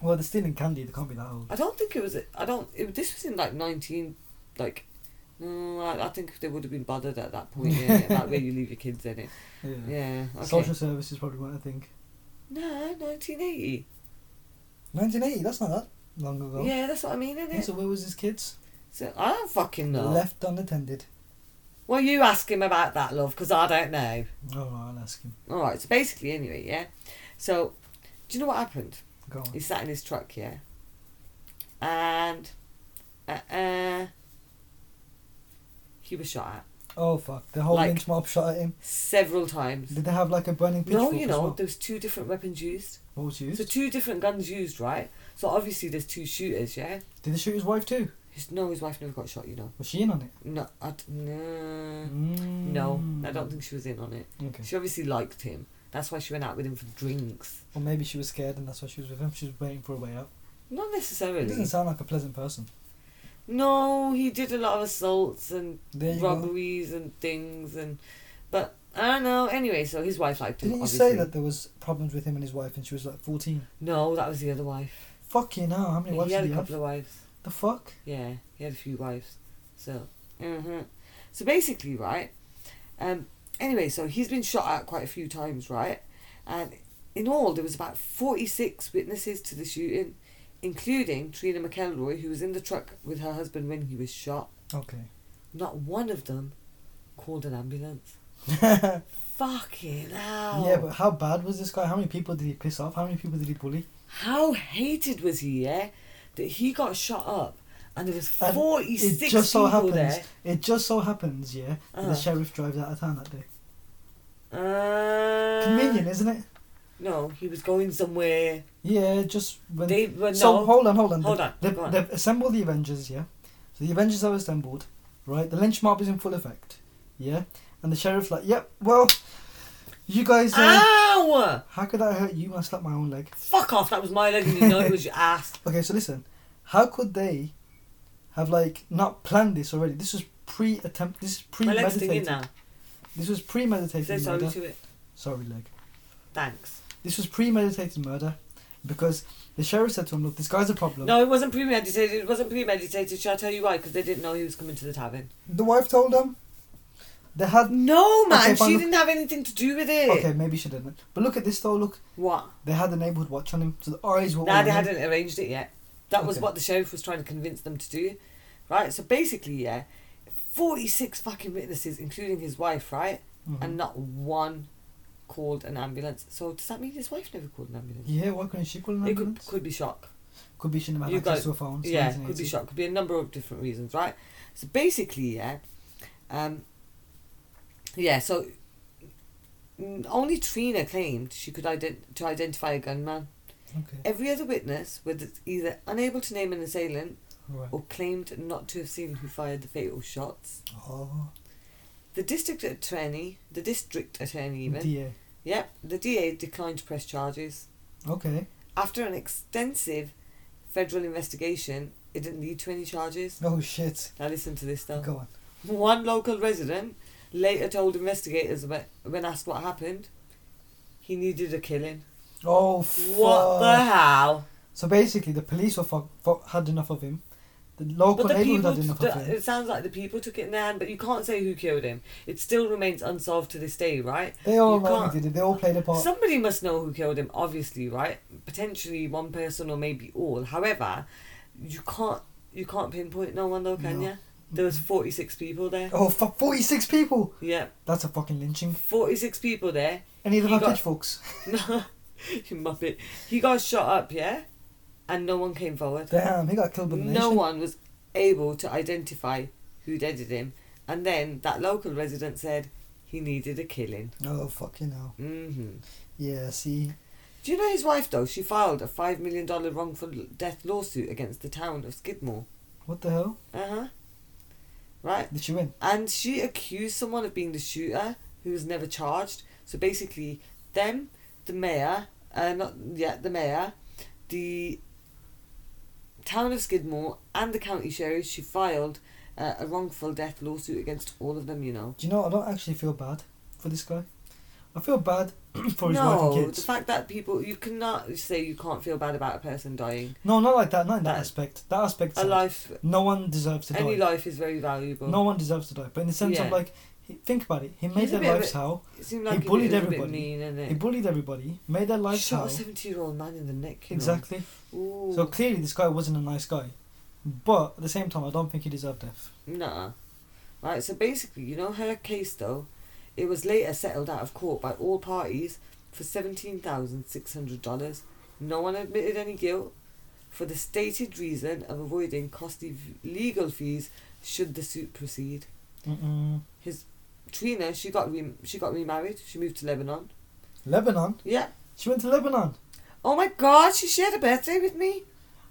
Well, they're stealing candy. They can't be that old. I don't think it was. I don't. It, this was in like 19. Like, no, I, I think they would have been bothered at that point. Yeah, about where you leave your kids in it. Yeah. Yeah. Okay. Social services probably weren't a thing. No, 1980. 1980. That's not that long ago. Yeah, that's what I mean, isn't it? So where was his kids? So I don't fucking know. Left unattended. Well, you ask him about that, love, because I don't know. Oh, I'll ask him. All right. So basically, anyway, yeah. So, do you know what happened? Go on. He sat in his truck, yeah. And, uh, uh he was shot at Oh fuck! The whole Like- lynch mob shot at him. several times. Did they have like a burning No, pitchfork? you as know, well? there was two different weapons used. What was So used? two different guns used, right? So obviously there's two shooters, yeah. Did they shoot his wife too? His, no, his wife never got shot, you know. Was she in on it? No, I, d- nah. Mm. no, I don't think she was in on it. Okay. She obviously liked him. That's why she went out with him for drinks. Or maybe she was scared and that's why she was with him. She was waiting for a way out. Not He doesn't necessarily. sound like a pleasant person. No, he did a lot of assaults and There you go. robberies and things and but I don't know. Anyway, so his wife liked him. Didn't you obviously. say that there was problems with him and his wife and she was like 14? No, that was the other wife. Fucking hell, how many wives he had did a he couple of have? wives. The fuck? Yeah, he had a few wives. So, uh so basically, right. Um. Anyway, so he's been shot at quite a few times, right? And in all, there was about forty-six witnesses to the shooting, including Trina McElroy, who was in the truck with her husband when he was shot. Okay. Not one of them called an ambulance. yeah, Fucking hell! but how bad was this guy? How many people did he piss off? How many people did he bully? How hated was he, yeah? That he got shot up and there was And forty It six just so people happens. there. It just so happens, yeah, that Uh. the sheriff drives out of town that day. Uh, Convenient, isn't it? No, he was going somewhere. Yeah, just when They were So no. hold on, hold on. Hold They- on, They, go on. they've assembled the Avengers, yeah. So the Avengers have assembled, right? The lynch mob is in full effect, yeah. And the sheriff's like, "Yep, well, you guys, uh, Ah! Ow! how could that hurt you? I slapped my own leg." Fuck off! That was my leg, and you know it was your ass. Okay, so listen, how could they have like not planned this already? This was pre-attempt. This is My leg's stinging premeditated. now. This was premeditated Say sorry murder. to it. Sorry, leg. Thanks. This was premeditated murder, because the sheriff said to him, "Look, this guy's a problem." No, it wasn't premeditated. It wasn't premeditated. Shall I tell you why? Because they didn't know he was coming to the tavern. The wife told him. They had No, man. Okay, fine, she look- didn't have anything to do with it. Okay, maybe she didn't. But look at this though. Look, What? they had the neighborhood watch on him, so the eyes were. all Nah, on they him. hadn't arranged it yet. That was Okay. what the sheriff was trying to convince them to do, right? So basically, yeah, forty-six fucking witnesses, including his wife, right, Mhm. and not one called an ambulance. So does that mean his wife never called an ambulance? Yeah, why couldn't she call an It could ambulance? Could, could be shock. be she didn't have You access guys- to a phone. so yeah, could be 1980. shock. Could be a number of different reasons, right? So basically, yeah, um, yeah. So mm, only Trina claimed she could ident- to identify a gunman. Okay, Every other witness was either unable to name an assailant right. or claimed not to have seen who fired the fatal shots. Oh, The district attorney, the district attorney even, DA. yep, the DA declined to press charges. Okay. After an extensive federal investigation, it didn't lead to any charges. Oh shit. Now listen to this though. Go on. One local resident later told investigators about, when asked what happened, he needed a killing. Oh fuck. What the hell? So basically, the police were fuck, fuck, had enough of him. The local But the neighborhood people, had enough of him. it sounds like the people took it in their hand, but you can't say who killed him. It still remains unsolved to this day, right? They all you know can't- who did it. They all played a part. Somebody must know who killed him, obviously, right? Potentially one person or maybe all. However, you can't you can't pinpoint no one though, can No. you? There was forty six people there. oh fuck! Forty-six people. Yeah, That's a fucking lynching. forty six people there. Any of them He have got- pitchforks? No, you muppet. He got shot up, yeah, and no one came forward. Damn, he got killed by the No nation. one was able to identify who deaded him, and then that local resident said he needed a killing. Oh fucking hell. hmm Yeah. See. Do you know his wife though? She filed a five million dollar wrongful death lawsuit against the town of Skidmore. What the hell? Uh huh. Right, Did she win? and she accused someone of being the shooter, who was never charged. So basically, them, the mayor, uh, not yeah, the mayor, the town of Skidmore, and the county sheriff. She filed uh, a wrongful death lawsuit against all of them. You know. Do you know? I don't actually feel bad for this guy. I feel bad for his wife no, and the kids. fact that people you cannot say you can't feel bad about a person dying. No, not like that. Not in that, That- aspect. That aspect. A life No one deserves to Any die. life is very valuable. No one deserves to die. But in the sense Yeah. of like, he, think about it. He made He's a their bit of lives a- hell. it seemed he like it was A bullied bit everybody. mean, and He bullied everybody. Made their lives shot a hell. seventy-year-old man in the neck. you know. Exactly. Ooh. So clearly, this guy wasn't a nice guy. But at the same time, I don't think he deserved death. nah. Right. So basically, you know her case though, it was later settled out of court by all parties for seventeen thousand six hundred dollars. No one admitted any guilt for the stated reason of avoiding costly v- legal fees should the suit proceed. Mm-mm. His Trina, she got re- she got remarried. She moved to Lebanon. Lebanon. Yeah. She went to Lebanon. Oh my God, she shared a birthday with me.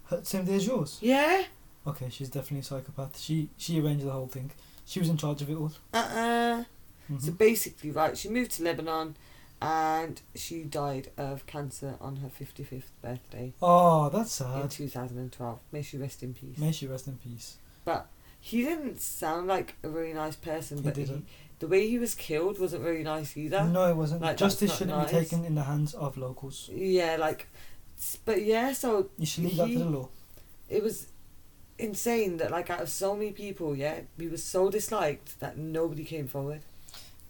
Her- Same day as yours. Yeah. okay, she's definitely a psychopath. She she arranged the whole thing. She was in charge of it all. Uh-uh. Mhm. So basically, right, she moved to Lebanon and she died of cancer on her 55th birthday oh, that's in sad. 2012. May she rest in peace. May she rest in peace. He didn't sound like a really nice person, He but he didn't. the way he was killed wasn't very nice either. No, it wasn't. Like, that's Justice not shouldn't be nice. taken in the hands of locals. Yeah, like, s- but yeah, so You should leave that to He- the law. it was insane that, like, out of so many people, yeah, we were so disliked that nobody came forward.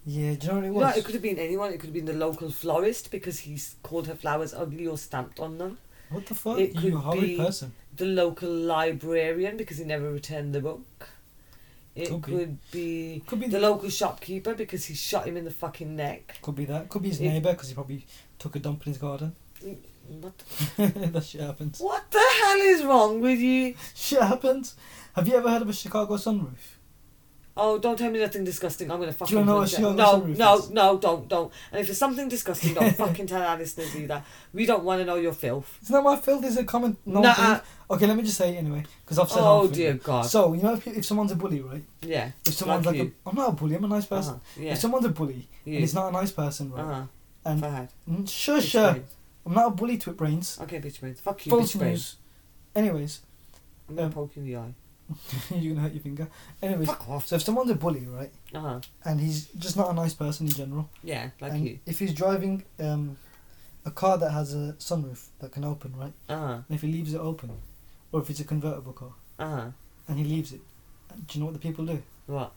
Yeah, do you know what it It, was? it could have been anyone, it could have been the local florist because he's called her flowers ugly or stamped on them. what the fuck? it you could horrid be- person. the local librarian because he never returned the book. It Could be. could be Could be the local shopkeeper because he shot him in the fucking neck. Could be that. Could be his It- neighbour because he probably took a dump in his garden. What the, that shit happens. what the hell is wrong with you? Shit happens. Have you ever heard of a Chicago sunroof? Oh, don't tell me nothing disgusting. I'm gonna fucking. wanna know punch what you. Shia no, Rufus no, is? no, don't, don't. And if it's something disgusting, don't fucking tell our listeners either. We don't want to know your filth. It's not my filth. It's a common known Nuh-uh. thing. Okay, let me just say it anyway because I've said half Oh of it. dear God. So you know if, you- if someone's a bully, right? yeah. If someone's Like like, you. a, I'm not a bully. I'm a nice person. Uh-huh. Yeah. If someone's a bully You. and it's not a nice person, right? Uh-huh. And Fahad. Mm, sure, Bitch sure. brains. I'm not a bully, twit brains. Okay, bitch brains. Fuck you, False bitch brains. news. Anyways, I'm gonna Um, poke you in the eye. you're gonna hurt your finger. Anyways, Fuck off. so if someone's a bully, right, Uh huh. and he's just not a nice person in general, Yeah, like and you. if he's driving um, a car that has a sunroof that can open, right, Uh huh. and if he leaves it open, or if it's a convertible car Uh huh. and he leaves it, uh, do you know what the people do? What?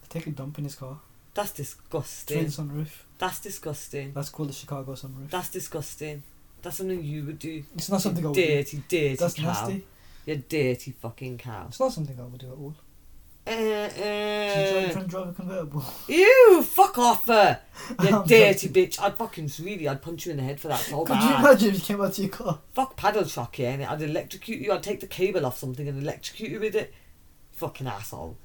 They take a dump in his car That's through the disgusting. sunroof. That's disgusting. That's called the Chicago sunroof. That's disgusting. That's something you would do. it's not something I you would do. dirty, dirty That's cow. nasty. You dirty fucking cow. It's not something I would do at all. Uh, She's trying uh, to drive a convertible. ew, fuck off her. You I'm dirty bitch. I'd fucking really, I'd punch you in the head for that so Could you bad. imagine if you came out to your car? Fuck paddle shock, yeah, and I'd electrocute you. I'd take the cable off something and electrocute you with it. Fucking asshole.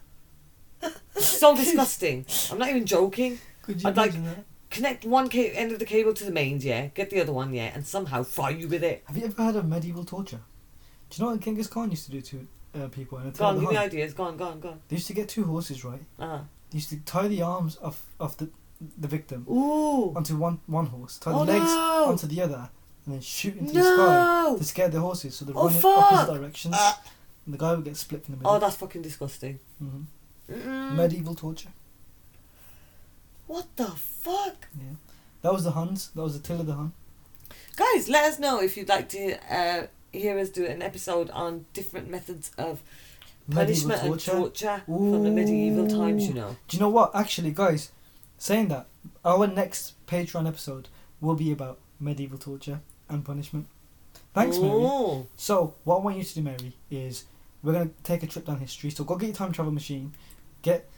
so disgusting. I'm not even joking. Could you I'd like- imagine that? connect one ca- end of the cable to the mains, yeah, get the other one, yeah, and somehow fry you with it. Have you ever heard of medieval torture? Do you know what Genghis Khan used to do to uh, people? In a Go on, give me they ideas. Go on, go on, go on. used to get two horses, right? Uh-huh. They used to tie the arms of, of the, the victim Ooh. onto one, one horse, tie Oh, the legs no. onto the other, and then shoot into the sky No. to scare the horses so they Oh, run in fuck. opposite directions. Ah. and the guy would get split in the middle. Oh, that's fucking disgusting. hmm Mm. Medieval torture. what the fuck? Yeah. That was the Huns. That was the Till of the Hun. Guys, let us know if you'd like to uh, hear us do an episode on different methods of Medieval punishment torture. and torture from the medieval times, you Ooh. know. Do you know what? Actually, guys, saying that, our next Patreon episode will be about medieval torture and punishment. Thanks, Mary. Ooh. So, what I want you to do, Mary, is we're gonna take a trip down history. So, go get your time travel machine, get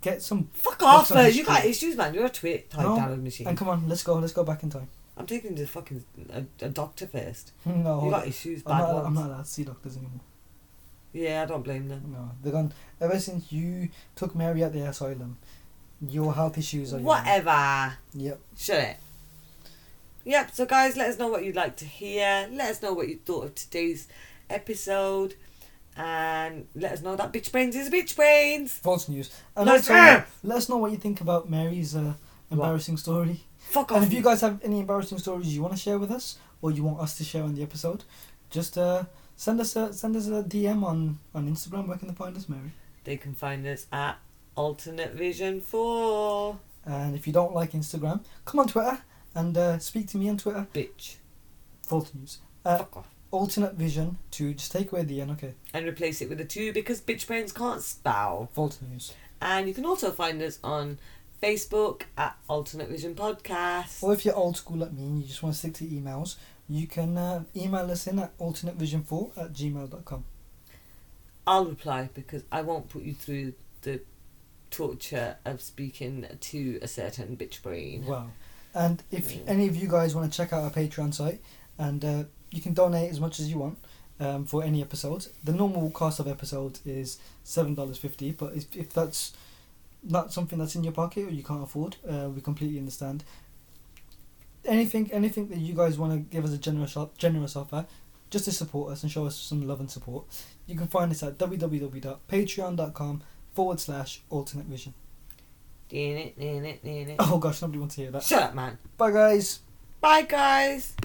get some, Fuck off, That's uh, not you got history. issues, man. You're a twit type No. download machine. and come on, let's go, let's go back in time. I'm taking the fucking a, a doctor first. No, you hold got on. issues, bad Oh, I'm not, ones. I'm not allowed to see doctors anymore. Yeah, I don't blame them. No, they're gone. Ever since you took Mary at the asylum, your health issues are. your own. Whatever. Yep. Shut it. Yep, so guys, let us know what you'd like to hear. Let us know what you thought of today's episode. And let us know that Bitch Brains is Bitch Brains. False news. And Let's let us, know, hear. let us know what you think about Mary's uh, embarrassing story. Fuck off. And if you guys have any embarrassing stories you want to share with us, or you want us to share on the episode, just uh, send us a send us a DM on on Instagram. Where can they find us, Mary? They can find us at Alternate Vision 4. And if you don't like Instagram, come on Twitter and uh, speak to me on Twitter. Bitch. False news. Uh, Fuck off. alternate vision to just take away the N. Okay. And replace it with a 2 because Bitch Brains can't spell. False news. And you can also find us on Facebook at Alternate Vision Podcast. Or if you're old school like me and you just want to stick to emails, you can uh, email us in at alternatevision4 at gmail.com. I'll reply because I won't put you through the torture of speaking to a certain bitch brain. Wow. And if any of you guys want to check out our Patreon site, and uh, you can donate as much as you want um, for any episode. The normal cost of episodes is seven dollars fifty, but if, if that's not something that's in your pocket or you can't afford, uh, we completely understand. Anything, anything that you guys want to give us a generous o- generous offer, just to support us and show us some love and support, you can find us at www.patreon.com forward slash alternate vision. Din it, din it, din it. Oh gosh, nobody wants to hear that. Shut up, man. Bye guys. Bye, guys.